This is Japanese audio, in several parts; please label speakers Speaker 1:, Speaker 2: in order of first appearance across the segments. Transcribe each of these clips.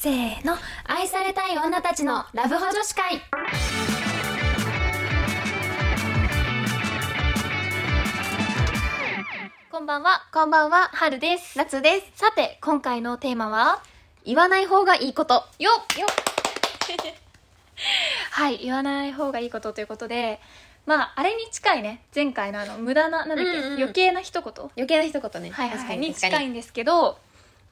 Speaker 1: せーの愛されたい女たちのラブホ女子会こんばんは
Speaker 2: こんばんは、
Speaker 1: はるです
Speaker 2: 夏です。
Speaker 1: さて今回のテーマは
Speaker 2: 言わない方がいいこと。
Speaker 1: よっよっ はい言わない方がいいことということでまああれに近いね前回のあの無駄ななんだっけ、
Speaker 2: うんうんうん
Speaker 1: 余計な一言
Speaker 2: 余計な一言ね。
Speaker 1: はいはい、
Speaker 2: 確かに
Speaker 1: に
Speaker 2: 確
Speaker 1: 近
Speaker 2: か
Speaker 1: い
Speaker 2: に。
Speaker 1: んですけど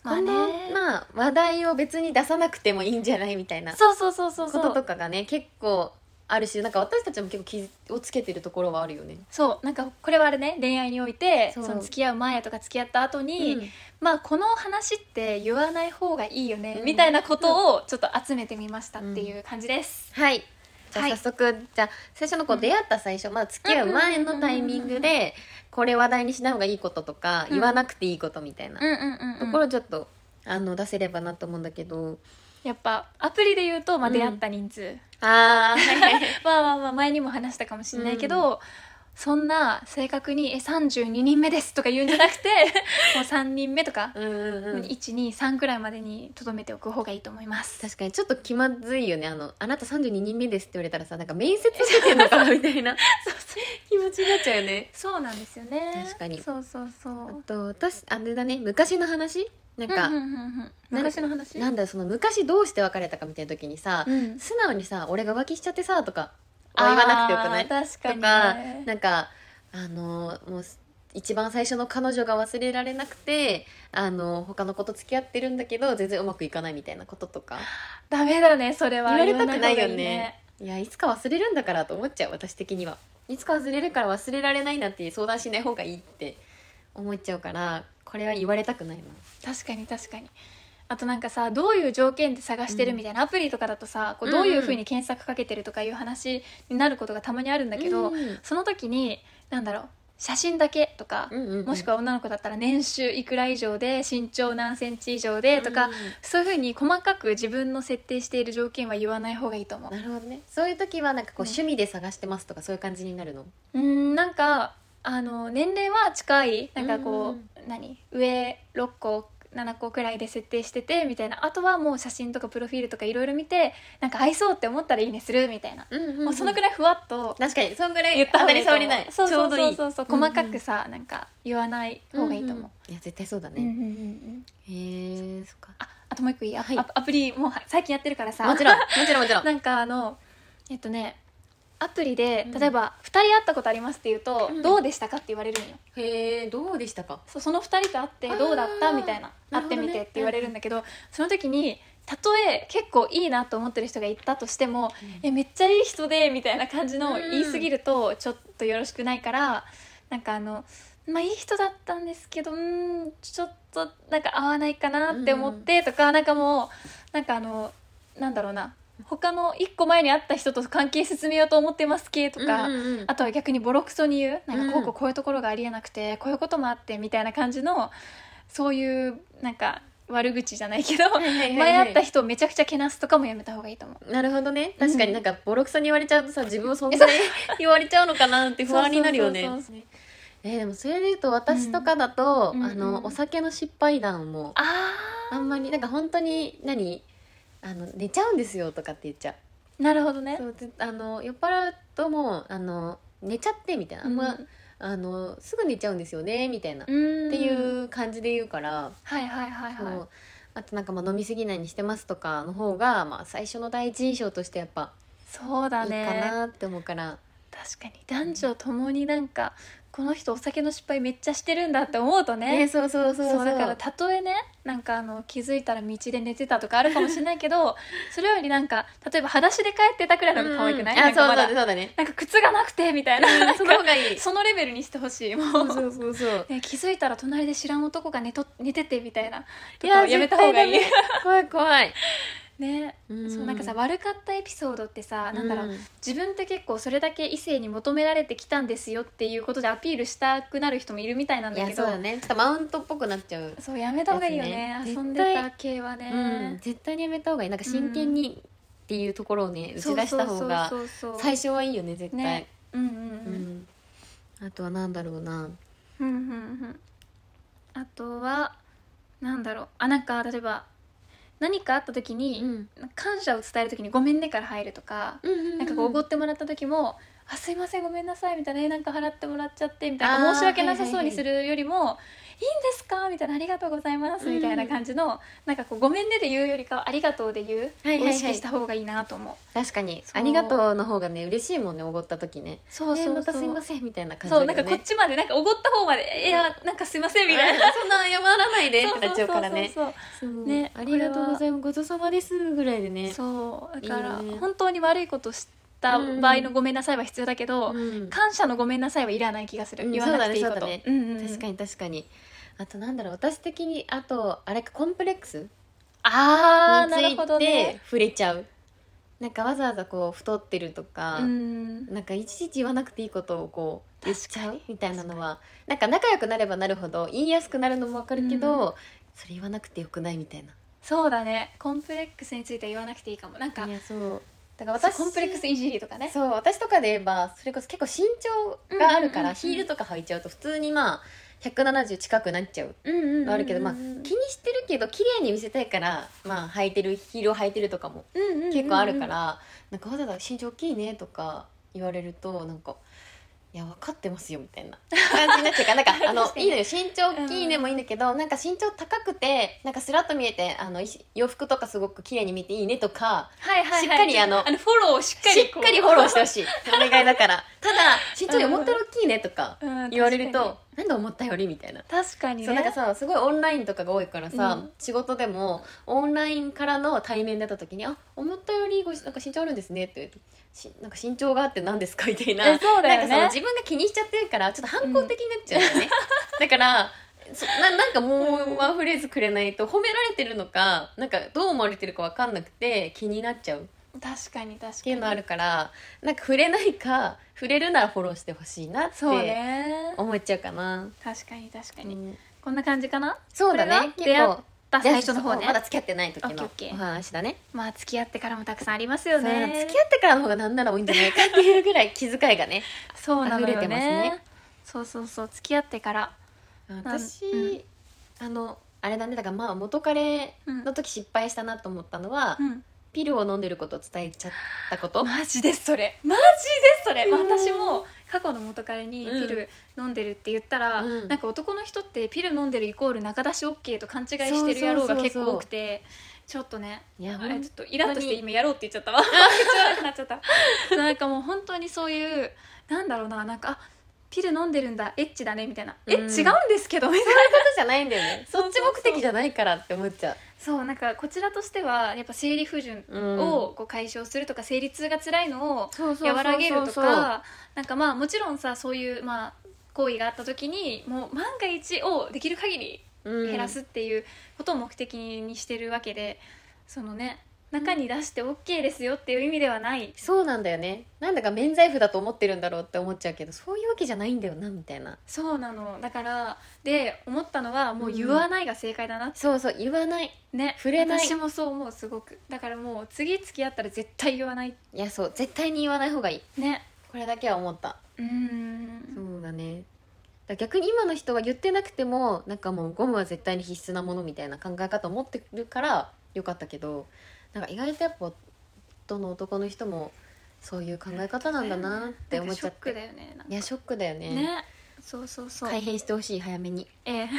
Speaker 1: ま
Speaker 2: こ
Speaker 1: あね
Speaker 2: の、まあ、話題を別に出さなくてもいいんじゃないみたいなこ
Speaker 1: そうそうそうそうそ
Speaker 2: とと
Speaker 1: う
Speaker 2: かがね、結構あるし、なんか私たちも結構気をつけてるところはあるよね。
Speaker 1: そうなんかこれはあれね恋愛において
Speaker 2: そう
Speaker 1: その付き合う前とか付き合った後に、まあこの話って言わない方がいいよね、
Speaker 2: うん
Speaker 1: みたいなことをちょっと集めてみましたっていう感じです、
Speaker 2: はい。じゃあ
Speaker 1: はい
Speaker 2: 早速、じゃあ最初のこ
Speaker 1: う
Speaker 2: うん出会った最初、まだ付き合う前のタイミングで、これ話題にしない方がいいこととか、
Speaker 1: うん
Speaker 2: 言わなくていいことみたいな
Speaker 1: うん、うんうん、
Speaker 2: ところをちょっと、あの、出せればなと思うんだけど。
Speaker 1: やっぱアプリで言うと、まあ、
Speaker 2: うん
Speaker 1: 出会った人数、
Speaker 2: ああ、はいはいはい。
Speaker 1: まあまあまあ前にも話したかもしれないけど、そんな正確に「え32人目です」とか言うんじゃなく てもう3人目とか、
Speaker 2: うんうんうん。
Speaker 1: 123くらいまでにとどめておく方がいいと思います
Speaker 2: 確かにちょっと気まずいよねあの「あなた32人目です」って言われたらさなんか面接受けてんのかなみたいな気持ちになっちゃうよね
Speaker 1: そうなんですよね
Speaker 2: 確かに
Speaker 1: そうそうそ
Speaker 2: あ
Speaker 1: う
Speaker 2: と私あれだね昔の話なんか、
Speaker 1: うんうんうんうん昔の話
Speaker 2: なんだよその昔どうして別れたかみたいな時にさ、
Speaker 1: うん
Speaker 2: 素直にさ「俺が浮気しちゃってさ」とかは言わなくてよくない
Speaker 1: あー確か
Speaker 2: と
Speaker 1: に
Speaker 2: か
Speaker 1: ね、
Speaker 2: なんかあのもう一番最初の彼女が忘れられなくてあの他の子と付き合ってるんだけど全然うまくいかないみたいなこととか
Speaker 1: ダメだねそれは
Speaker 2: 言われたくない
Speaker 1: 言わ
Speaker 2: よ
Speaker 1: 方が
Speaker 2: ねいやいつか忘れるんだからと思っちゃう私的にはいつか忘れるから忘れられないなんて相談しない方がいいって思っちゃうからこれは言われたくないな
Speaker 1: 確かに確かにあとなんかさどういう条件で探してるみたいな、アプリとかだとさこう
Speaker 2: うんう
Speaker 1: ど
Speaker 2: ん
Speaker 1: ういうふうに検索かけてるとかいう話になることがたまにあるんだ
Speaker 2: だ
Speaker 1: け
Speaker 2: け
Speaker 1: ど、
Speaker 2: ど、
Speaker 1: その時になんだろう写真だけとか、も
Speaker 2: も
Speaker 1: し
Speaker 2: し
Speaker 1: く
Speaker 2: く
Speaker 1: は女の子だったら年収いくら以上で身長何センチ以上で
Speaker 2: は
Speaker 1: と
Speaker 2: と
Speaker 1: か、
Speaker 2: か、
Speaker 1: そういうふうに細かく自分の設定している条件は言わない方がいいと思う。
Speaker 2: なるほどねそういう時はなんかこう
Speaker 1: うん
Speaker 2: 趣味で探してますとかそういう感じになるの、
Speaker 1: うんなんかあの年齢は近いなんかこう、何上6個7個くらいで設定しててみたいなあとはもう写真とかプロフィールとかいろいろ見てなんか合いそうって思ったらいいねするみたいな、もうそのく
Speaker 2: らい
Speaker 1: らいふわっと
Speaker 2: 確かにそのぐら
Speaker 1: 言
Speaker 2: い
Speaker 1: った
Speaker 2: 当
Speaker 1: 方
Speaker 2: た
Speaker 1: がい
Speaker 2: り
Speaker 1: いと思
Speaker 2: 障りない
Speaker 1: そう
Speaker 2: ちょ
Speaker 1: そうう
Speaker 2: ど
Speaker 1: そ
Speaker 2: いうい
Speaker 1: そうそう細かくさなんか言わない方がいいと思う、
Speaker 2: いや絶対そうだ
Speaker 1: うん
Speaker 2: ね、
Speaker 1: うんうん
Speaker 2: へえそっか
Speaker 1: ああともう一個いいア,あ、
Speaker 2: はい
Speaker 1: アプリもう最近やってるからさ
Speaker 2: もちろんもちろんもちろ ん
Speaker 1: なんかあのえっとねアプリで
Speaker 2: うん
Speaker 1: 例えば2人会ったことありますって言うと、
Speaker 2: うん
Speaker 1: どうでしたかって言われるんよ
Speaker 2: へえどうでしたか
Speaker 1: そうその2人と会ってどうだっ
Speaker 2: あ
Speaker 1: た
Speaker 2: ー
Speaker 1: みたいな
Speaker 2: な
Speaker 1: 会っ
Speaker 2: るほ
Speaker 1: て
Speaker 2: どね
Speaker 1: みてって言われるんだけどその時にたとえ結構いいなと思ってる人が言ったとしても「えめっちゃいい人で」みたいな感じの
Speaker 2: うん
Speaker 1: 言いすぎるとちょっとよろしくないからなんかあのまあいい人だったんですけどうーんちょっとなんか合わないかなって思ってとか、なんかもうなんかあのなんだろうな他の1個前に会った人と関係進めようと思ってます系とか。
Speaker 2: うんうんうん
Speaker 1: あとは逆にボロクソに言うなんかこうこ
Speaker 2: う
Speaker 1: うんこういうところがありえなくて、こういうこともあってみたいな感じのそういうなんか悪口じゃないけど、
Speaker 2: いはいはいはい
Speaker 1: 前会った人をめちゃくちゃけなすとかもやめた方がいいと思う
Speaker 2: なるほどね
Speaker 1: うん
Speaker 2: 確かになんかボロクソに言われちゃうとさ自分をそん なに言われちゃうのかなって不安になるよね
Speaker 1: そうそうそうそう
Speaker 2: えーでもそれで言うと私とかだと、
Speaker 1: うん
Speaker 2: あ
Speaker 1: うんうん
Speaker 2: のお酒の失敗談も
Speaker 1: あ
Speaker 2: あんまりなんか本当に何あの寝ちゃうんですよとかって言っちゃう
Speaker 1: ーなるほどね
Speaker 2: そうであの酔っ払うともうあの寝ちゃってみたいな、あん
Speaker 1: う
Speaker 2: ま
Speaker 1: ん
Speaker 2: あのすぐ寝ちゃうんですよねみたいな、
Speaker 1: う
Speaker 2: っ
Speaker 1: ん
Speaker 2: ていう感じで言うから、
Speaker 1: はいはいはい
Speaker 2: そ
Speaker 1: はいう
Speaker 2: あとなんかまあ飲み過ぎないにしてますとかの方が、まあ、最初の第一印象としてやっぱ
Speaker 1: そう
Speaker 2: い
Speaker 1: だ
Speaker 2: いか
Speaker 1: ね
Speaker 2: なって思うから。
Speaker 1: 確かに男女ともになんかこの人お酒の失敗めっちゃしてるんだって思うと
Speaker 2: ね、そうそうそう
Speaker 1: そうだからたとえねなんかあの気づいたら道で寝てたとかあるかもしれないけ どそれよりなんか例えば裸足で帰ってたくらいの方が可愛くない、
Speaker 2: うん
Speaker 1: なん
Speaker 2: あ、そ
Speaker 1: か
Speaker 2: う
Speaker 1: ま
Speaker 2: だ
Speaker 1: だ
Speaker 2: ね、そうだね。
Speaker 1: なんか靴がなくてみたいな,、なん
Speaker 2: そ
Speaker 1: か
Speaker 2: の方がいい。
Speaker 1: そのレベルにしてほしいもう
Speaker 2: そうそうそうそう。
Speaker 1: ね、気づいたら隣で知らん男が寝と寝ててみたいなと
Speaker 2: い
Speaker 1: か
Speaker 2: や
Speaker 1: をやめた方がいい、
Speaker 2: 絶怖い怖い。
Speaker 1: ねそうなんかさ悪かったエピソードってさ、なんだろう
Speaker 2: うん
Speaker 1: 自分って結構それだけ異性に求められてきたんですよっていうことでアピールしたくなる人もいるみたいなん
Speaker 2: い
Speaker 1: だ
Speaker 2: や
Speaker 1: けど
Speaker 2: そうだね。ちょっとマウントっぽくなっちゃう。
Speaker 1: そうやめた方がいいよね
Speaker 2: で
Speaker 1: 遊
Speaker 2: すね
Speaker 1: んでた系はね、
Speaker 2: うん、絶対にやめた方がいい。なんか真剣にっていうところをね、打ち出した方が
Speaker 1: そうそうそうそう
Speaker 2: 最初はいいよね、絶対
Speaker 1: ね。うんう
Speaker 2: うんん。あとはなんだろうな。
Speaker 1: うんうんうんうんあとはなんだろうあなんか例えば何かあった時に、
Speaker 2: うん
Speaker 1: 感謝を伝える時に「ごめんね」から入るとか、
Speaker 2: な
Speaker 1: なんかこうおごってもらった時も「あすいませんごめんなさい」みたいなえ「なんか払ってもらっちゃって」みたい
Speaker 2: あ
Speaker 1: な
Speaker 2: ー
Speaker 1: 申し訳なさそう
Speaker 2: はいはいはい
Speaker 1: にするよりも「いいんですか?」みたいな「ありがとうございます」みたいな感じの、なんかこう「ごめんね」で言うよりかは「ありがとう」で言う、
Speaker 2: はいはいはい
Speaker 1: を意識した方がいいなと思う。
Speaker 2: 確かに「
Speaker 1: そう
Speaker 2: ありがとう」の方がね嬉しいもんねおごった時ね
Speaker 1: そう
Speaker 2: えーまたすい
Speaker 1: せん
Speaker 2: ませんみたいな感
Speaker 1: そ
Speaker 2: じ
Speaker 1: う
Speaker 2: だ
Speaker 1: なん
Speaker 2: よ
Speaker 1: か
Speaker 2: ね
Speaker 1: こっちまでなんかおごった方まで「いやなんかすいません」みたいな。
Speaker 2: そんな謝らないでってなっちゃうからね
Speaker 1: そうそうそうそう
Speaker 2: そう
Speaker 1: ね
Speaker 2: ありがとうございますごちそうさまですぐらいでね
Speaker 1: そうだから
Speaker 2: いいね
Speaker 1: 本当に悪いことした場合のごめんなさいは必要だけど、
Speaker 2: うん
Speaker 1: 感謝のごめんなさいはいらない気がする、
Speaker 2: うん
Speaker 1: 言わなくていいこ
Speaker 2: そう
Speaker 1: と、
Speaker 2: だね
Speaker 1: うんうんうん
Speaker 2: 確かに確かにあとなんだろう私的にあとあれかコンプレックスに
Speaker 1: ああ
Speaker 2: つ
Speaker 1: なるほど
Speaker 2: いて
Speaker 1: ね
Speaker 2: 触れちゃう、なんかわざわざこう太ってるとか、
Speaker 1: うん
Speaker 2: なんかいちいち言わなくていいことをこう言っちゃうみたいなのはなんか仲良くなればなるほど言いやすくなるのもわかるけど、それ言わなくてよくないみたいな
Speaker 1: そうだねコンプレックスについては言わなくていいかもなんか
Speaker 2: いやそう
Speaker 1: だから
Speaker 2: 私
Speaker 1: 私コンプレックスいじりとかね
Speaker 2: そう私とかで言えばそれこそ結構身長があるか
Speaker 1: うんうんうんう
Speaker 2: ら
Speaker 1: ん
Speaker 2: ヒールとか履いちゃうと普通にまあ170近くなっちゃう
Speaker 1: うんうんうんうん
Speaker 2: あるけどまあ気にしてるけど綺麗に見せたいからまあ履いてるヒールを履いてるとかも
Speaker 1: うんうんうんうん
Speaker 2: 結構あるから、なんかわざわざ身長大きいねとか言われるとなんか。いや分かってますよみたいな感じになっちゃうからな んかあの
Speaker 1: 確かに
Speaker 2: いいのよ身長大きいねもいいんだけど、なんか身長高くてなんかスラッと見えてあのいし洋服とかすごく綺麗に見えていいねとか
Speaker 1: はいはいはい、
Speaker 2: しっかりあの
Speaker 1: フォローをしっか
Speaker 2: し
Speaker 1: り、
Speaker 2: っかりフォローしててほしいお願いだ からただ身長より思ったら大きいねとか
Speaker 1: うん
Speaker 2: 言われる
Speaker 1: 確か
Speaker 2: となんで思ったよりみたいな
Speaker 1: に確かにね
Speaker 2: そうなんかさすごいオンラインとかが多いからさ、
Speaker 1: うん
Speaker 2: 仕事でもオンラインからの対面だった時に「あ思ったよりごなんか身長あるんですね」って言うとしなんか身長があって何ですか?」みたいな
Speaker 1: えそうだよね
Speaker 2: なんかその自分が気にしちゃってるからちょっと反抗的になっちゃうんだよね、 だからそななんかもうワンフレーズくれないと褒められてるのかなんかどう思われてるか分かんなくて気になっちゃうっ
Speaker 1: 確かに確かにって
Speaker 2: いうのあるからなんか触れないか触れるならフォローしてほしいなって
Speaker 1: そうね
Speaker 2: 思っちゃうかな。
Speaker 1: 確かに確か
Speaker 2: う
Speaker 1: に、
Speaker 2: ん
Speaker 1: こんな感じかな
Speaker 2: そうだね
Speaker 1: これが出会った
Speaker 2: じゃ
Speaker 1: 最
Speaker 2: あ
Speaker 1: 初の方ね
Speaker 2: まだ付き合ってない時
Speaker 1: オッケー
Speaker 2: の
Speaker 1: オッケー
Speaker 2: お話だね
Speaker 1: まあ付き合ってからもたくさんありますよ
Speaker 2: そうだ
Speaker 1: ね
Speaker 2: ね付き合ってからの方がなんなら多いんじゃないかっていうぐらい気遣いがね
Speaker 1: そうなの
Speaker 2: 溢
Speaker 1: よ
Speaker 2: れて
Speaker 1: ね
Speaker 2: ますね
Speaker 1: そうそうそう付き合ってから
Speaker 2: 私、
Speaker 1: うん
Speaker 2: あのあれだねだからまあ元彼の時失敗したなと思ったのは、
Speaker 1: うん
Speaker 2: ピルを飲んでることを伝えちゃっ たこと
Speaker 1: マジですそれマジですそれ、
Speaker 2: うん
Speaker 1: 私も過去の元彼にピル飲んでるって言ったら、
Speaker 2: うん
Speaker 1: なんか男の人ってピル飲んでるイコール仲出し OK と勘違いしてる野郎が結構多くてちょっとね
Speaker 2: いや
Speaker 1: あれ
Speaker 2: ほん
Speaker 1: ちょっとイラッとして今やろうって言っちゃったわ口悪くなっちゃった なんかもう本当にそういうなんだろうななんかあピル飲んでるんだエッチだねみたいな、え違
Speaker 2: う
Speaker 1: うんんですけどみたいな
Speaker 2: ことじゃないんだよねそっち目的じゃないからって思っちゃう
Speaker 1: そうなんかこちらとしてはやっぱ生理不順
Speaker 2: うん
Speaker 1: をこう解消するとか、生理痛が辛いのを
Speaker 2: そうそうそうそうそう
Speaker 1: 和らげるとかなんかまあもちろんさそういうまあ行為があった時にもう万が一をできる限り
Speaker 2: うん
Speaker 1: 減らすっていうことを目的にしてるわけで、そのね中に出して OK ですよっていう意味ではない
Speaker 2: そうなんだよねなんだか免罪符だと思ってるんだろうって思っちゃうけどそういうわけじゃないんだよなみたいな
Speaker 1: そうなのだからで思ったのはもう言わないが正解だなって、
Speaker 2: そうそう言わない
Speaker 1: ね
Speaker 2: 触れない
Speaker 1: 私もそう思うすごくだからもう次付き合ったら絶対言わない
Speaker 2: いやそう絶対に言わない方がいい
Speaker 1: ね
Speaker 2: これだけは思った
Speaker 1: うーん
Speaker 2: そうだねだから逆に今の人は言ってなくてもなんかもうゴムは絶対に必須なものみたいな考え方を持ってるからよかったけどなんか意外とやっぱどの男の人もそういう考え方なんだなって思っちゃっ
Speaker 1: なんかショック
Speaker 2: て
Speaker 1: だよねなんか
Speaker 2: いやショックだよね
Speaker 1: ねそうそうそう、
Speaker 2: 改変してほしい早めに、
Speaker 1: ええ はい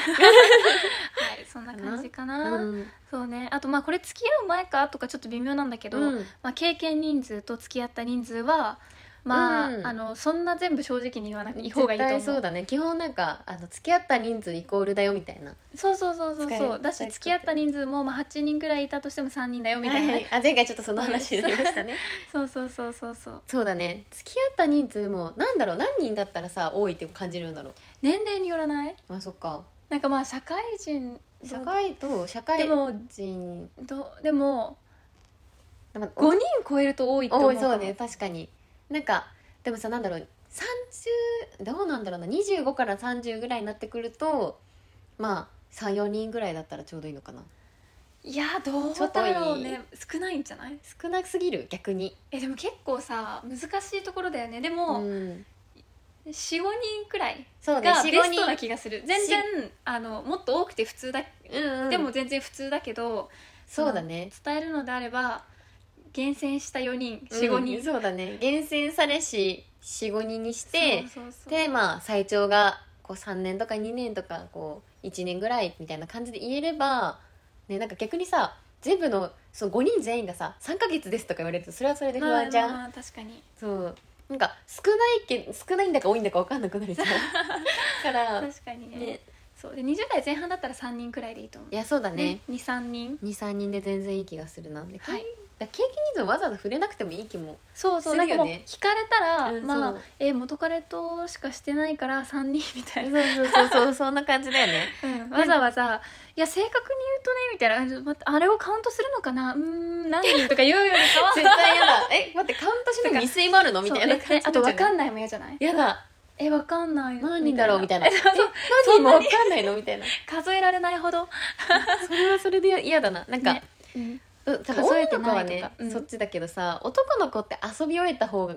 Speaker 1: そんな感じか
Speaker 2: う
Speaker 1: な、
Speaker 2: ん
Speaker 1: そうねあとまあこれ付き合う前かとかちょっと微妙なんだけど、
Speaker 2: うん
Speaker 1: まあ、経験人数と付き合った人数はまあ,、
Speaker 2: うん
Speaker 1: あのそんな全部正直に言わない方がいいと思う
Speaker 2: 絶対そうだね基本なんかあの付き合った人数イコールだよみたいな
Speaker 1: そうそうそうそう
Speaker 2: 使
Speaker 1: そ
Speaker 2: え
Speaker 1: うだ
Speaker 2: 使え
Speaker 1: し
Speaker 2: る
Speaker 1: 付き合った人数もまあ8人ぐらいいたとしても3人だよみた
Speaker 2: みた
Speaker 1: い
Speaker 2: い
Speaker 1: な、
Speaker 2: な、
Speaker 1: ね
Speaker 2: あ前回ちょっとその話になり ましたね
Speaker 1: そうそうそうそうそう
Speaker 2: そうだね付き合った人数もなんだろう何人だったらさ多いって感じるんだろ
Speaker 1: 年齢によらないう
Speaker 2: あそっか
Speaker 1: なんかまあ社会人
Speaker 2: 社会と社会
Speaker 1: でも
Speaker 2: 人
Speaker 1: どでも
Speaker 2: なんか
Speaker 1: 5人超えると多いと思
Speaker 2: 多
Speaker 1: う
Speaker 2: い
Speaker 1: か
Speaker 2: そ
Speaker 1: も
Speaker 2: うね確かになんかでもさなんだろう30どうなんだろうな25から30ぐらいになってくるとまあ34人ぐらいだったらちょうどいいのかない
Speaker 1: やどう
Speaker 2: ちょっと多い
Speaker 1: だろうね少ないんじゃない
Speaker 2: 少なすぎる逆に
Speaker 1: えでも結構さ難しいところだよねで
Speaker 2: う
Speaker 1: も、
Speaker 2: ん
Speaker 1: 45人くらい
Speaker 2: そうね
Speaker 1: が
Speaker 2: 45
Speaker 1: ベストな気がする全然あのもっと多くて普通だ、
Speaker 2: うんうん
Speaker 1: でも全然普通だけど
Speaker 2: そうだね
Speaker 1: 伝えるのであれば厳選した4人
Speaker 2: 四
Speaker 1: 45
Speaker 2: 五
Speaker 1: 人、
Speaker 2: そうだね厳選されし45人にして
Speaker 1: そうそうそう
Speaker 2: でまあ最長がこう3年とか2年とかこう1年ぐらいみたいな感じで言えれば、ね、なんか逆にさ全部のその5人全員がさ3ヶ月ですとか言われるとそれはそれで不安じゃん、
Speaker 1: まあまあまあ確かに
Speaker 2: そうなんか少ないけ少ないんだか多いんだか分かんなくなるじ ゃんから
Speaker 1: 確かにね
Speaker 2: ね
Speaker 1: そうで20代前半だったら3人くらいでいいと思
Speaker 2: いやそうだ
Speaker 1: う
Speaker 2: ね
Speaker 1: 23人
Speaker 2: 23人で全然いい気がするなで、
Speaker 1: はい
Speaker 2: だケーキ人数わざわざ触れなくてもいい気も
Speaker 1: そうそう、
Speaker 2: す
Speaker 1: な
Speaker 2: る
Speaker 1: んか
Speaker 2: よね
Speaker 1: もう聞かれたら、
Speaker 2: うん
Speaker 1: まあ
Speaker 2: そう
Speaker 1: え元彼としかしてないから3人みた
Speaker 2: そう
Speaker 1: いな、
Speaker 2: そうそうそうそんな感じだよね
Speaker 1: うんわざわざ「いや正確に言うとね」みたいなあちょっと待ってあれをカウントするのかなうーん何人とか言うよりかは
Speaker 2: 絶対嫌だえ待ってカウントし
Speaker 1: と
Speaker 2: な
Speaker 1: か
Speaker 2: い未遂もあるのみ
Speaker 1: そう
Speaker 2: たいな感
Speaker 1: え
Speaker 2: じ
Speaker 1: あと分か
Speaker 2: ん
Speaker 1: んないも嫌じゃない
Speaker 2: やだ
Speaker 1: え分かんない
Speaker 2: 何人だろうみたいなえ
Speaker 1: え
Speaker 2: 何人も分かんないのみたいな
Speaker 1: 数えられないほど
Speaker 2: それはそれで嫌だななんか、
Speaker 1: ねうん
Speaker 2: うんだから
Speaker 1: 数え
Speaker 2: 女
Speaker 1: て
Speaker 2: の子は
Speaker 1: ないとか
Speaker 2: ね、
Speaker 1: うん
Speaker 2: そっちだけどさ男の子って遊び終えた方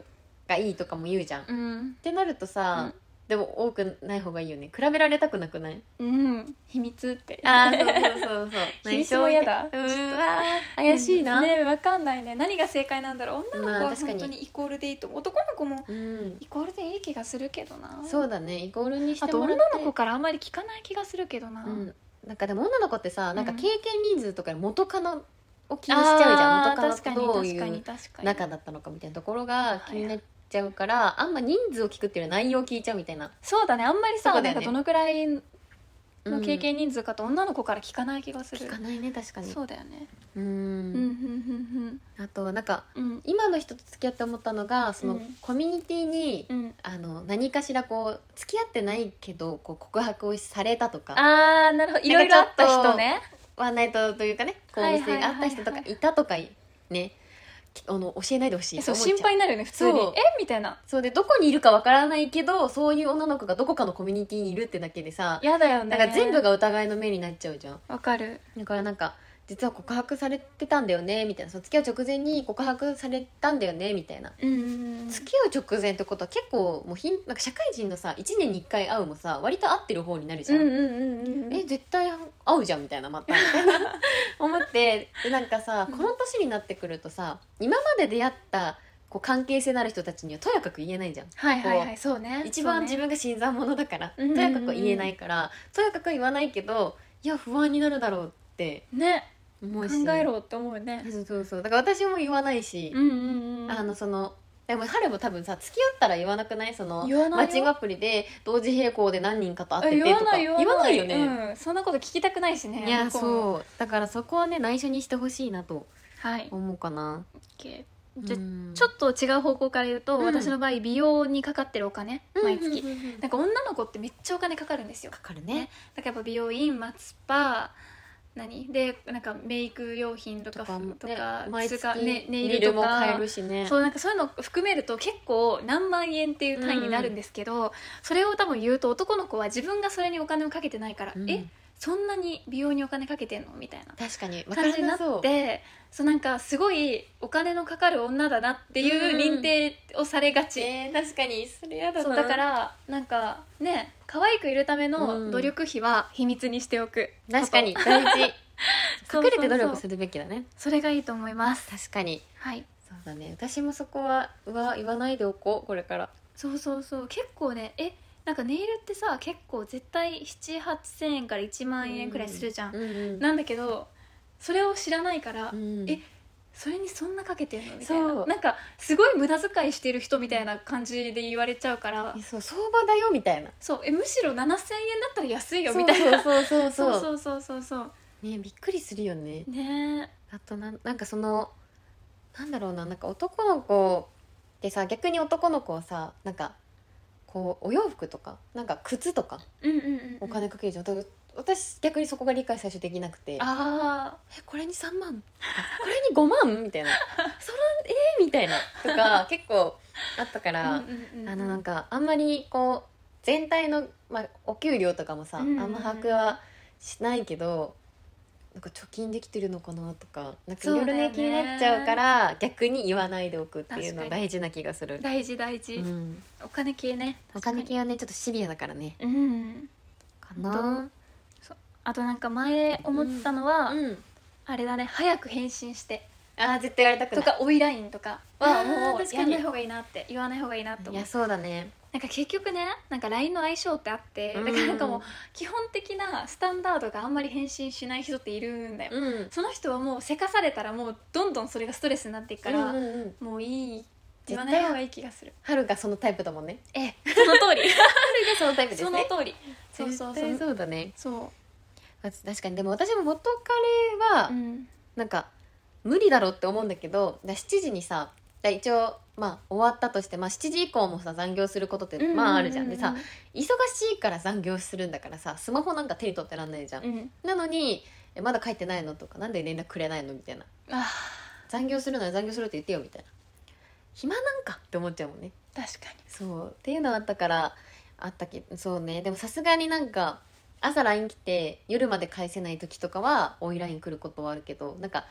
Speaker 2: がいいとかも言うじゃん、っ
Speaker 1: うん、
Speaker 2: てなるとさ、でも多くない方がいいよね比べられたくなくない
Speaker 1: うん、秘密って
Speaker 2: ああそうそうそうそ う
Speaker 1: 秘密も嫌だ
Speaker 2: うーわー怪しいな、
Speaker 1: ね分かんないね何が正解なんだろう女の子
Speaker 2: まあ
Speaker 1: は
Speaker 2: 確か
Speaker 1: 本
Speaker 2: に
Speaker 1: 当にイコールでいいと思う男の子も
Speaker 2: うん
Speaker 1: イコールでいい気がするけどな
Speaker 2: そうだねイコールにし
Speaker 1: あ
Speaker 2: て
Speaker 1: と
Speaker 2: もら
Speaker 1: 女
Speaker 2: って
Speaker 1: の子からあんまり聞かない気がするけどな、
Speaker 2: うん、なんかでも女の子ってさなんか
Speaker 1: うん
Speaker 2: 経験人数とか元カノを気にしちゃうじゃん、
Speaker 1: あー
Speaker 2: 元カノとどう
Speaker 1: 確か
Speaker 2: い
Speaker 1: に
Speaker 2: う
Speaker 1: 確かに
Speaker 2: 仲だったのかみたいなところが気になっちゃうから、あんま人数を聞くっていうよりは内容を聞いちゃうみたいな
Speaker 1: そうだねあんまり
Speaker 2: そ
Speaker 1: さ、
Speaker 2: こだ
Speaker 1: なん
Speaker 2: よね
Speaker 1: かどのくらいの
Speaker 2: うん
Speaker 1: 経験人数かと女の子から聞かない気がする、
Speaker 2: 聞かないね確かにう
Speaker 1: そうだよね
Speaker 2: ー
Speaker 1: うんんうん
Speaker 2: あとなんか
Speaker 1: うんうん
Speaker 2: 今の人と付き合って思ったのがその、
Speaker 1: うん
Speaker 2: コミュニティに、
Speaker 1: うん
Speaker 2: あの何かしらこう付き合ってないけどこう告白をされたとか
Speaker 1: ああなるほどいろいろあった人ね
Speaker 2: ワンナイトというかねこうお店があった人と
Speaker 1: はい
Speaker 2: か
Speaker 1: はいはいはい
Speaker 2: いたとかねきあの教えないでほしい
Speaker 1: えそう
Speaker 2: と思っちゃ
Speaker 1: 心配になるよね普通に
Speaker 2: そう
Speaker 1: えみたいな
Speaker 2: そうでどこにいるかわからないけどそういう女の子がどこかのコミュニティにいるってだけでさ
Speaker 1: やだよね
Speaker 2: なんか全部が疑いの目になっちゃうじゃん
Speaker 1: わかる
Speaker 2: だからなんか実は告白されてたんだよねみたいなその付き合う直前に告白されたんだよねみたいな
Speaker 1: うんうんうん
Speaker 2: 付き合う直前ってことは結構もうひんなんか社会人のさ1年に1回会うもさ割と会ってる方になるじゃん、
Speaker 1: うんうんうんうん
Speaker 2: え絶対合うじゃんみたいな また思ってでなんかさ
Speaker 1: うん
Speaker 2: この年になってくるとさ今まで出会ったこう関係性のある人たちにはとやかく言えないじゃん
Speaker 1: はいはいはいそうね
Speaker 2: 一番自
Speaker 1: 分
Speaker 2: 分が新参者だから、
Speaker 1: うんうんうん
Speaker 2: とやかくは言えないからとやかくは言わないけどいや不安になるだろうって
Speaker 1: ね
Speaker 2: 思うし
Speaker 1: 考えろって思うね
Speaker 2: そうそうそうだから私も言わないし
Speaker 1: う、んうんうん
Speaker 2: あのそのでも春も多分さ付き合ったら言わなくないその
Speaker 1: 言わないよ
Speaker 2: マッチングアプリで同時並行で何人かと
Speaker 1: あ
Speaker 2: 会っててとか
Speaker 1: 言わない
Speaker 2: よね、
Speaker 1: うん、そんなこと聞きたくないしね
Speaker 2: いや
Speaker 1: 向こうも
Speaker 2: そうだからそこはね内緒にしてほしいなと
Speaker 1: はい
Speaker 2: 思うかな
Speaker 1: OK じ
Speaker 2: じ
Speaker 1: ゃ
Speaker 2: ゃ
Speaker 1: ちょっと違う方向から言うと、
Speaker 2: うん
Speaker 1: 私の場合美容にかかってるお金毎月、
Speaker 2: か
Speaker 1: なんか女の子ってめっちゃお金かかるんですよ
Speaker 2: かるね
Speaker 1: だからやっぱ美容院マツパ何でなんかメイク用品とか
Speaker 2: とかも
Speaker 1: 服
Speaker 2: ね
Speaker 1: とか
Speaker 2: 毎
Speaker 1: 通貨
Speaker 2: 月
Speaker 1: ねネ
Speaker 2: ネ
Speaker 1: イ
Speaker 2: イ
Speaker 1: ル
Speaker 2: ル
Speaker 1: と
Speaker 2: も
Speaker 1: か
Speaker 2: 買えるしね
Speaker 1: そうなんかそういうの含めると結構何万円っていう単位になるんですけど、それを多分言うと男の子は自分がそれにお金をかけてないから、
Speaker 2: うん
Speaker 1: えそんなに美容にお金かけてんのみたいな
Speaker 2: 確かに分
Speaker 1: 感じになってそうなんかすごいお金のかかる女だなっていう認定をされがち、
Speaker 2: えー確かにそれやだな
Speaker 1: そうだからなんかね可愛くいるための努力費は秘密にしておく、
Speaker 2: 確かに大 事
Speaker 1: そうそうそう
Speaker 2: 隠れて努力するべきだね
Speaker 1: それがいいと思います
Speaker 2: 確かに
Speaker 1: はい
Speaker 2: そうだね私もそこはうわ言わないでおこうこれから
Speaker 1: そうそうそう結構ねえなんかネイルってさ結構絶対78000円から1万円くらいするじゃん、
Speaker 2: うんうん
Speaker 1: なんだけどそれを知らないから、
Speaker 2: うん
Speaker 1: えそれにそんなかけてんのみたい
Speaker 2: そ
Speaker 1: な
Speaker 2: う
Speaker 1: なんかすごい無駄遣いしてる人みたいな感じで言われちゃうから
Speaker 2: えそう相場だよみたいな
Speaker 1: そうえむしろ7000円だったら安いよみたいな
Speaker 2: そうそうそう
Speaker 1: そ
Speaker 2: そううそ
Speaker 1: そうそうそうそう
Speaker 2: うねびっくりするよね
Speaker 1: ねえ
Speaker 2: あとなんなんかそのなんだろうななんか男の子ってさ逆に男の子はさなんかこうお洋服とかなんか靴とか
Speaker 1: うんうんうん
Speaker 2: お金かけるじゃん、だから私逆にそこが理解最初できなくて
Speaker 1: あ
Speaker 2: えこれに3万あこれに5万みたいな そのえーみたいなとか結構あったか
Speaker 1: あ
Speaker 2: ら、
Speaker 1: うんうんうん
Speaker 2: あのなんかあんまりこう全体の、まあ、お給料とかもさ、
Speaker 1: うんうんうん
Speaker 2: あんま把握はしないけどなんか貯金できてるのかなとかなんかいろいろね
Speaker 1: そう
Speaker 2: 気
Speaker 1: だよね
Speaker 2: になっちゃうから逆に言わないでおくっていう
Speaker 1: 確
Speaker 2: の
Speaker 1: かに
Speaker 2: 大事な気がする、
Speaker 1: 大事大事、
Speaker 2: うん、
Speaker 1: お金系ね
Speaker 2: お金系はねちょっとシビアだからね
Speaker 1: うん
Speaker 2: かな
Speaker 1: あとなんか前思ったのは、
Speaker 2: うん
Speaker 1: あれだね早く返信して
Speaker 2: ああ絶対やりたく
Speaker 1: と
Speaker 2: ない
Speaker 1: か「おいライン」とか
Speaker 2: あ
Speaker 1: は
Speaker 2: ー
Speaker 1: もう
Speaker 2: 確か
Speaker 1: や
Speaker 2: に
Speaker 1: んない方がいいなって言わない方がいいなと
Speaker 2: い
Speaker 1: 思う
Speaker 2: やそうだね
Speaker 1: なんか結局ねなんか LINE の相性ってあってだからなんかもう基本的なスタンダードがあんまり返信しない人っているんだよ、
Speaker 2: うん
Speaker 1: その人はもうせかされたらもうどんどんそれがストレスになっていくから、
Speaker 2: うんうんうん
Speaker 1: もういいって言わ
Speaker 2: 絶
Speaker 1: ない
Speaker 2: 対
Speaker 1: 方がいい気がする
Speaker 2: 春がそのタイプだもんね
Speaker 1: ええその通り
Speaker 2: 春 がそのタイプです
Speaker 1: その
Speaker 2: ね
Speaker 1: 通りそうそうそ
Speaker 2: 絶対
Speaker 1: う
Speaker 2: そうだね
Speaker 1: そ
Speaker 2: あ確かにでも私も元カレは
Speaker 1: う、うん、
Speaker 2: なんか無理だろうって思うんだけどだ7時にさだ一応まあ終わったとして、まあ、7時以降もさ残業することってまああるじゃん,、でさ忙しいから残業するんだからさスマホなんか手に取ってらんないじゃん、
Speaker 1: うん
Speaker 2: なのにえ「まだ帰ってないの?」とか「なんで連絡くれないの?」みたいな
Speaker 1: あ
Speaker 2: 「残業するなら残業するって言ってよ」みたいな暇なんかって思っちゃうもんね
Speaker 1: ー確か
Speaker 2: そうっていうのあったからあったけどそうねでもさすがになんか朝 LINE 来て夜まで返せない時とかはおい LINE 来ることはあるけどなんか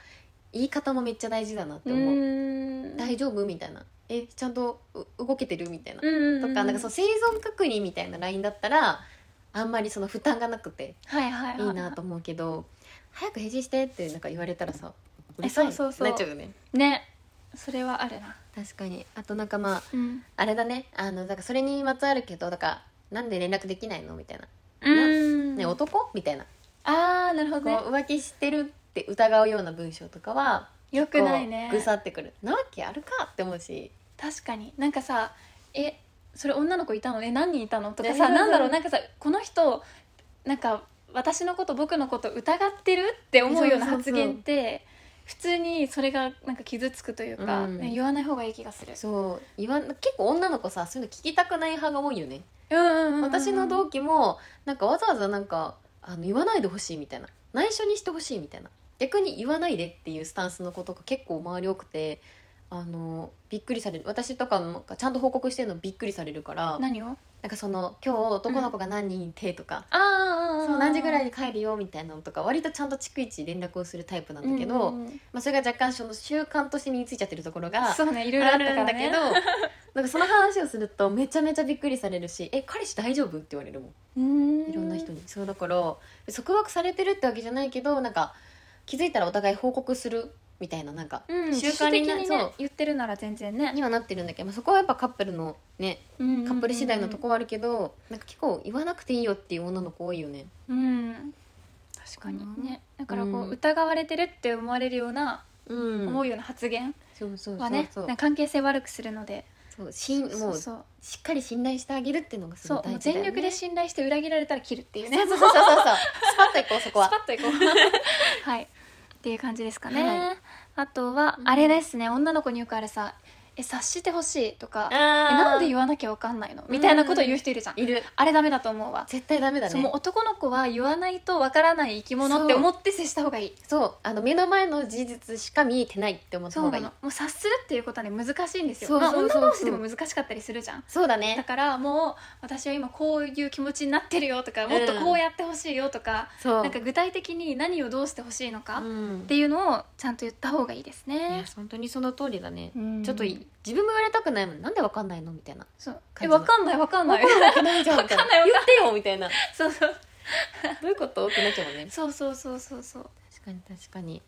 Speaker 2: 言い方もめっちゃ大事だなって
Speaker 1: に
Speaker 2: 思う
Speaker 1: ー
Speaker 2: 「
Speaker 1: ん
Speaker 2: 大丈夫?」みたいな「えちゃんとう動けてる?」みたいな、
Speaker 1: うんうんうん
Speaker 2: とかなんかそう生存確認みたいな LINE だったらあんまりその負担がなくて
Speaker 1: はいはいはい
Speaker 2: いなと思うけど「早く返事して」ってなんか言われたらさう
Speaker 1: え
Speaker 2: るさい
Speaker 1: そうそうそう
Speaker 2: なっちゃうよね
Speaker 1: ねそれはあるな
Speaker 2: 確かにあとなんかまあ
Speaker 1: うん
Speaker 2: あれだねあのだからそれにまつわるけどだからなんで連絡できないのみたいな、
Speaker 1: うん
Speaker 2: ね、男みたいな、
Speaker 1: ああなるほどね
Speaker 2: こう浮気してるって疑うような文章とかは
Speaker 1: よくないね
Speaker 2: こうぐさってくるなわけあるかって思うし
Speaker 1: 確かになんかさ「えそれ女の子いたのね何人いたの?」とか
Speaker 2: ね
Speaker 1: さ
Speaker 2: そうそ
Speaker 1: な
Speaker 2: う
Speaker 1: んだろうなんかさこの人なんか私のこと僕のこと疑ってるって思うような
Speaker 2: そうそう
Speaker 1: 発
Speaker 2: そう
Speaker 1: 言って普通にそれがなんか傷つくというか、
Speaker 2: うん
Speaker 1: ね言わない方がいい気がする。
Speaker 2: そう言わん結構女の子さそういうの聞きたくない派が多いよね、
Speaker 1: うんうんうんうん
Speaker 2: 私の同期もなんかわざわざなんかあの言わないでほしいみたいな内緒にしてほしいみたいな逆に言わないでっていうスタンスの子とか結構周り多くてあのびっくりされる私とかもなんかちゃんと報告してるのびっくりされるから
Speaker 1: 何を
Speaker 2: なんかその今日男の子が何人いてとか、
Speaker 1: ああ
Speaker 2: そう何時ぐらいに帰るよみたいなのとか割とちゃんと逐一連絡をするタイプなんだけど、まあ、それが若干その習慣として身についちゃってるところが
Speaker 1: そうねいろいろあ
Speaker 2: あ
Speaker 1: った
Speaker 2: る
Speaker 1: か
Speaker 2: ん
Speaker 1: ら
Speaker 2: だけ
Speaker 1: ね
Speaker 2: ど、 なんかその話をするとめちゃめちゃびっくりされるし「え彼氏大丈夫?」って言われるもんい
Speaker 1: い
Speaker 2: ろんな人に、そうだから束縛されてるってわけじゃないけどなんか気づいたらお互い報告するみたいななんか、
Speaker 1: 習
Speaker 2: 習
Speaker 1: 慣
Speaker 2: 慣
Speaker 1: 的
Speaker 2: にな
Speaker 1: に
Speaker 2: そ
Speaker 1: ね
Speaker 2: う
Speaker 1: 言ってるなら全然ね
Speaker 2: にはなってるんだけど、まあ、そこはやっぱカップルのね
Speaker 1: カ
Speaker 2: カ
Speaker 1: ッ
Speaker 2: ップル次第のとこはあるけど、なんか結構言わなくていいよっていう女の子多いよね。
Speaker 1: うん確かに
Speaker 2: うん
Speaker 1: ねだからこう、
Speaker 2: うん
Speaker 1: 疑われてるって思われるような、
Speaker 2: うん
Speaker 1: 思うような発言
Speaker 2: そうそうそ
Speaker 1: は
Speaker 2: う
Speaker 1: ね
Speaker 2: そ
Speaker 1: な
Speaker 2: うん
Speaker 1: か関係性悪くするので
Speaker 2: そうしん
Speaker 1: そ
Speaker 2: も
Speaker 1: う
Speaker 2: う
Speaker 1: そう
Speaker 2: しっかり信頼してあげるっていうのがす
Speaker 1: そ
Speaker 2: ごいう
Speaker 1: もう
Speaker 2: 大事だ
Speaker 1: 全
Speaker 2: よね
Speaker 1: 力で信頼して裏切られたら切るっていうね
Speaker 2: そうそうそうそうそうスパッといこうそこは
Speaker 1: スパッといこ うはいっていう感じですかね、
Speaker 2: は
Speaker 1: あとは、
Speaker 2: うん
Speaker 1: あれですね女の子によくあるさ「え察してほしい」とか「えな
Speaker 2: なん
Speaker 1: で言わなきゃわかんないの?」みたいなことを言う人いるじゃん、
Speaker 2: いる
Speaker 1: あれダメだと思うわ
Speaker 2: 絶対ダメだ
Speaker 1: そうも
Speaker 2: ね
Speaker 1: う男の子は言わないとわからない生き物って
Speaker 2: そう
Speaker 1: 思って接した方がいい
Speaker 2: そうあの目の前の事実しか見えてないって思った
Speaker 1: そうな
Speaker 2: 方がいい
Speaker 1: のもう察するっていうことはね難しいんですよ
Speaker 2: そうそうそうそ
Speaker 1: まあ、
Speaker 2: う
Speaker 1: 女同士でも難しかったりするじゃん
Speaker 2: そうだ
Speaker 1: だ
Speaker 2: ね
Speaker 1: からもう私は今こういう気持ちになってるよとかもっとこうやってほしいよとか、
Speaker 2: そう
Speaker 1: なんか具体的に何をどうしてほしいのか、
Speaker 2: う
Speaker 1: っ
Speaker 2: ん
Speaker 1: ていうのをちゃんと言った方がいいです
Speaker 2: いや
Speaker 1: ね、
Speaker 2: 本当にその通りだね
Speaker 1: うん
Speaker 2: ちょっとい自分も言われたくないもんなんでわかんないのみたいな
Speaker 1: そうえ
Speaker 2: 感じの
Speaker 1: わかんないわかんない
Speaker 2: わかんないじゃんみたいな
Speaker 1: わかん ないわかんない
Speaker 2: 言ってよみたいな
Speaker 1: そうそう
Speaker 2: どういうことってなっちゃうもんね
Speaker 1: そうそうそうそうそう
Speaker 2: 確かに確かに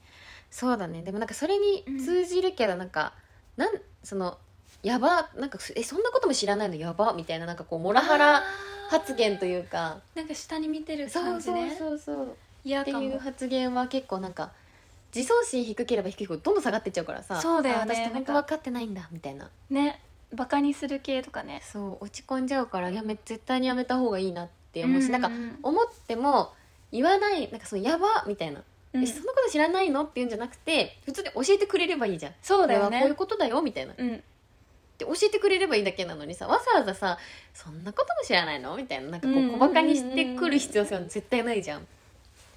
Speaker 2: そうだねでもなんかそれに通じるけどなんか、なんそのやばなんかえそんなことも知らないのやばみたいななんかこうモラハラ発言というか
Speaker 1: なんか下に見てる
Speaker 2: そ
Speaker 1: 感
Speaker 2: う
Speaker 1: じ
Speaker 2: そう
Speaker 1: ね
Speaker 2: そうそう
Speaker 1: 嫌
Speaker 2: って
Speaker 1: か
Speaker 2: い
Speaker 1: も
Speaker 2: う発言は結構なんか自尊心低ければ低いほどどんどん下がってっちゃうからさ
Speaker 1: そうだよね
Speaker 2: あ私って本当分かってないんだみたいな
Speaker 1: ねバカにする系とかね
Speaker 2: そう落ち込んじゃうからやめ絶対にやめた方がいいなって思うし、
Speaker 1: うん
Speaker 2: なんか思っても言わないなんかそのやばみたいな、
Speaker 1: うん
Speaker 2: えそんなこと知らないのっていうんじゃなくて普通に教えてくれればいいじゃん
Speaker 1: そうだよ
Speaker 2: これはこうい
Speaker 1: ね
Speaker 2: うことだよみたいな
Speaker 1: うん
Speaker 2: で教えてくれればいいだけなのにさわざわざさそんなことも知らないのみたいななんかこ
Speaker 1: うんうんうんう
Speaker 2: う小
Speaker 1: ん
Speaker 2: バカにしてくる必要性は絶対ないじゃん。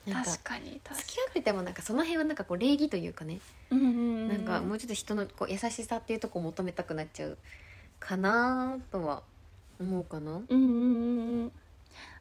Speaker 2: なんか
Speaker 1: 確かに確か
Speaker 2: 付き合っててもなんかその辺はなんかこう礼儀というかね、
Speaker 1: にうんうん
Speaker 2: なんかも
Speaker 1: う
Speaker 2: うちょっと人のこう優しさっていうとこを求めたくなっちゃうかなとは思うかな。
Speaker 1: うんうんうんうん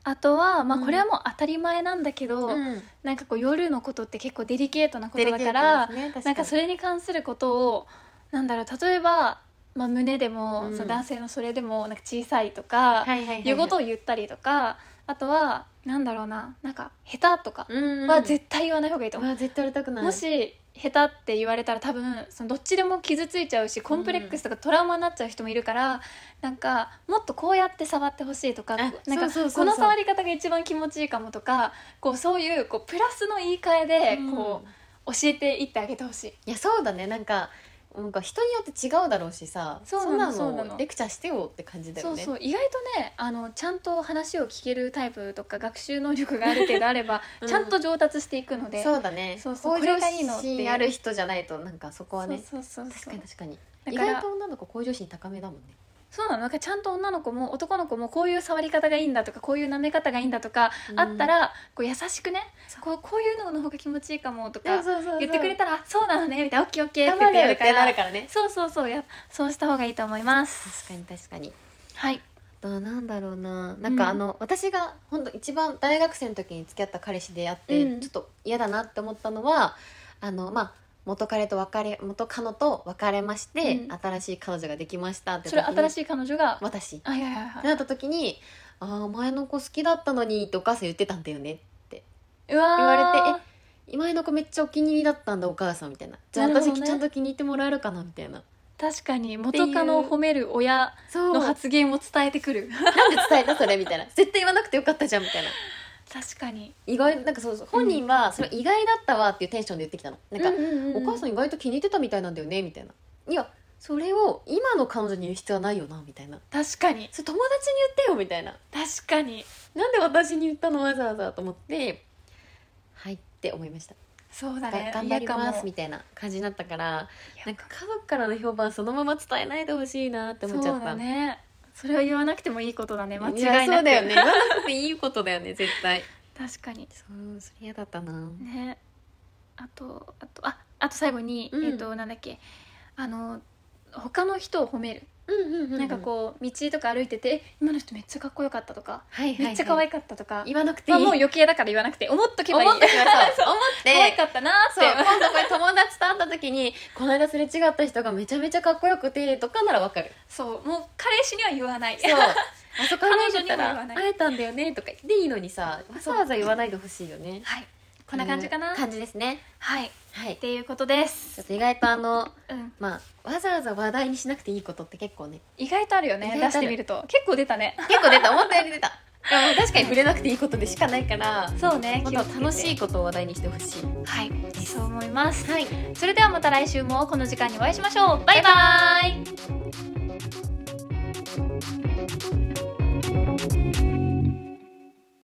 Speaker 1: あとは、まあ、
Speaker 2: うん
Speaker 1: これはもう当たり前なんだけど、
Speaker 2: うん、
Speaker 1: なんかこう夜のことって結構デリケートなこと
Speaker 2: デリ
Speaker 1: だ
Speaker 2: ケート
Speaker 1: から、
Speaker 2: ですね確か
Speaker 1: なんかそれに関することをなんだろう例えば、まあ、胸でも、
Speaker 2: うん
Speaker 1: その男性のそれでもなんか小さいとか、
Speaker 2: はいはいはいはい
Speaker 1: いうことを言ったりとかあとはなんだろうななんか下手とか
Speaker 2: うん
Speaker 1: は絶対言わない方がいいと
Speaker 2: 対
Speaker 1: 思う、
Speaker 2: は絶対言われたくない
Speaker 1: もし下手って言われたら多分そのどっちでも傷ついちゃうしコンプレックスとかトラウマになっちゃう人もいるから、なんかもっとこうやって触ってほしいとか
Speaker 2: あ
Speaker 1: なんか
Speaker 2: そうそうそうそ
Speaker 1: こ
Speaker 2: う
Speaker 1: の触り方が一番気持ちいいかもとかこうそういうこうプラスの言い換えでこ
Speaker 2: うん
Speaker 1: う、教えていってあげてほしい。
Speaker 2: いやそうだねなんかなんか人によって違うだろうしさ
Speaker 1: そうなの
Speaker 2: そん
Speaker 1: そうな
Speaker 2: の
Speaker 1: の
Speaker 2: レクチャーしてよって感じだ
Speaker 1: そ
Speaker 2: よ
Speaker 1: う
Speaker 2: ね
Speaker 1: そう意外とねあのちゃんと話を聞けるタイプとか学習能力がある程度あれば、
Speaker 2: うん
Speaker 1: ちゃんと上達していくので
Speaker 2: そうだね
Speaker 1: そうそう
Speaker 2: 向上
Speaker 1: これがいいのっていう
Speaker 2: 心ある人じゃないとなんかそこはね
Speaker 1: そうそうそう
Speaker 2: 確かに確かに
Speaker 1: だ
Speaker 2: 意
Speaker 1: から
Speaker 2: 外と女の子向上心高めだもんね
Speaker 1: そうなのなんかちゃんと女の子も男の子もこういう触り方がいいんだとかこういう舐め方がいいんだとか、
Speaker 2: うん
Speaker 1: あったらこう優しくね
Speaker 2: そう
Speaker 1: こうこういうのの方が気持ちいいかもとか
Speaker 2: そうそう
Speaker 1: 言ってくれたらあそうなのねみたいなオッケーオッケーっ
Speaker 2: 頑
Speaker 1: て言
Speaker 2: 張
Speaker 1: ってやる
Speaker 2: れよっ
Speaker 1: か
Speaker 2: て
Speaker 1: ら
Speaker 2: なるからね
Speaker 1: そうそうそうやそうした方がいいと思います
Speaker 2: 確かに確かに
Speaker 1: はい
Speaker 2: どうなんだろうななんかあの、私が本当一番大学生の時に付き合った彼氏であって、
Speaker 1: うん
Speaker 2: ちょっと嫌だなって思ったのはあのまあ元彼と別れ元カノと別れまして、
Speaker 1: うん
Speaker 2: 新しい彼女ができましたって
Speaker 1: それ新
Speaker 2: い
Speaker 1: しい彼女が
Speaker 2: 私っ
Speaker 1: あいやいやいや
Speaker 2: てなった時に「ああ前の子好きだったのに」ってお母さん言ってたんだよね
Speaker 1: うわー
Speaker 2: 言われて「前の子めっちゃお気に入りだったんだお母さん」みたいな「じゃあ
Speaker 1: なるほ
Speaker 2: 私
Speaker 1: どね
Speaker 2: ちゃんと気に入ってもらえるかな」みたいな
Speaker 1: 確かに元カノを褒める親
Speaker 2: そう
Speaker 1: の
Speaker 2: なんで
Speaker 1: 発言を伝えてくる
Speaker 2: 伝えたそれみたいな絶対言わなくてよかったじゃんみたいな
Speaker 1: 確かに
Speaker 2: 意外なんかそうそう本人はそれ意外だったわっていうテンションで言ってきたのなんか、お母さん
Speaker 1: ん
Speaker 2: 意外と気に入ってたみたいなんだよねみたいないやそれを今の彼女に言う必要はないよなみたいな
Speaker 1: 確かに
Speaker 2: それ友達に言ってよみたいな
Speaker 1: 確かに
Speaker 2: なんで私に言ったのわざわざと思ってはいって思いました、
Speaker 1: そうだ
Speaker 2: が
Speaker 1: ね
Speaker 2: 頑張り
Speaker 1: 嫌
Speaker 2: ま
Speaker 1: か
Speaker 2: す
Speaker 1: も
Speaker 2: みたいな感じになったから
Speaker 1: いや
Speaker 2: なんか家族からの評判そのまま伝えないでほしいなって思っちゃ
Speaker 1: そ
Speaker 2: っ
Speaker 1: う
Speaker 2: た
Speaker 1: だねそれは言わなくてもいいことだね間違い
Speaker 2: や
Speaker 1: なく
Speaker 2: そうだよね言わなくていいことだよね絶対
Speaker 1: 確かに
Speaker 2: そうそれ嫌だったな、
Speaker 1: ねあとあとああと最後に、
Speaker 2: うん
Speaker 1: えっ、となんだっけあの他の人を褒める、
Speaker 2: うんうんう
Speaker 1: なんかこう道とか歩いててえ「今の人めっちゃかっこよかった」とか
Speaker 2: はいはい
Speaker 1: 「
Speaker 2: はい、
Speaker 1: めっちゃ可愛かった」とか、
Speaker 2: 言わなくてい
Speaker 1: ま
Speaker 2: い
Speaker 1: あ、もう余計だから言わなくて思っとけばいい
Speaker 2: 思ってくださ い思って
Speaker 1: 可愛かったなーって
Speaker 2: そう今度これ友達と会った時にこの間すれ違った人がめちゃめちゃかっこよくてとかならわかる
Speaker 1: そうもう彼氏には言わない
Speaker 2: そうあそこ話してた
Speaker 1: 彼女にも言
Speaker 2: ら
Speaker 1: わない
Speaker 2: 会えたんだよねとか言っていいのにさわざわざ言わないでほしいよね
Speaker 1: はいこんな感じかな、
Speaker 2: 感じですね
Speaker 1: はいっ
Speaker 2: はい
Speaker 1: ていうことです
Speaker 2: ちょっと意外とあの
Speaker 1: うん
Speaker 2: まあわざわざ話題にしなくていいことって結構 ね
Speaker 1: 意外とあるよね
Speaker 2: 意
Speaker 1: 出
Speaker 2: 外と
Speaker 1: し
Speaker 2: ある
Speaker 1: てみると結構出たね
Speaker 2: 結構出た思ったより出たでも 確かに触れなくていいことでしかないから
Speaker 1: そうね
Speaker 2: もっと楽しいことを話題にしてほしい
Speaker 1: はいそう思います
Speaker 2: はい
Speaker 1: それではまた来週もこの時間にお会いしましょうバイバイ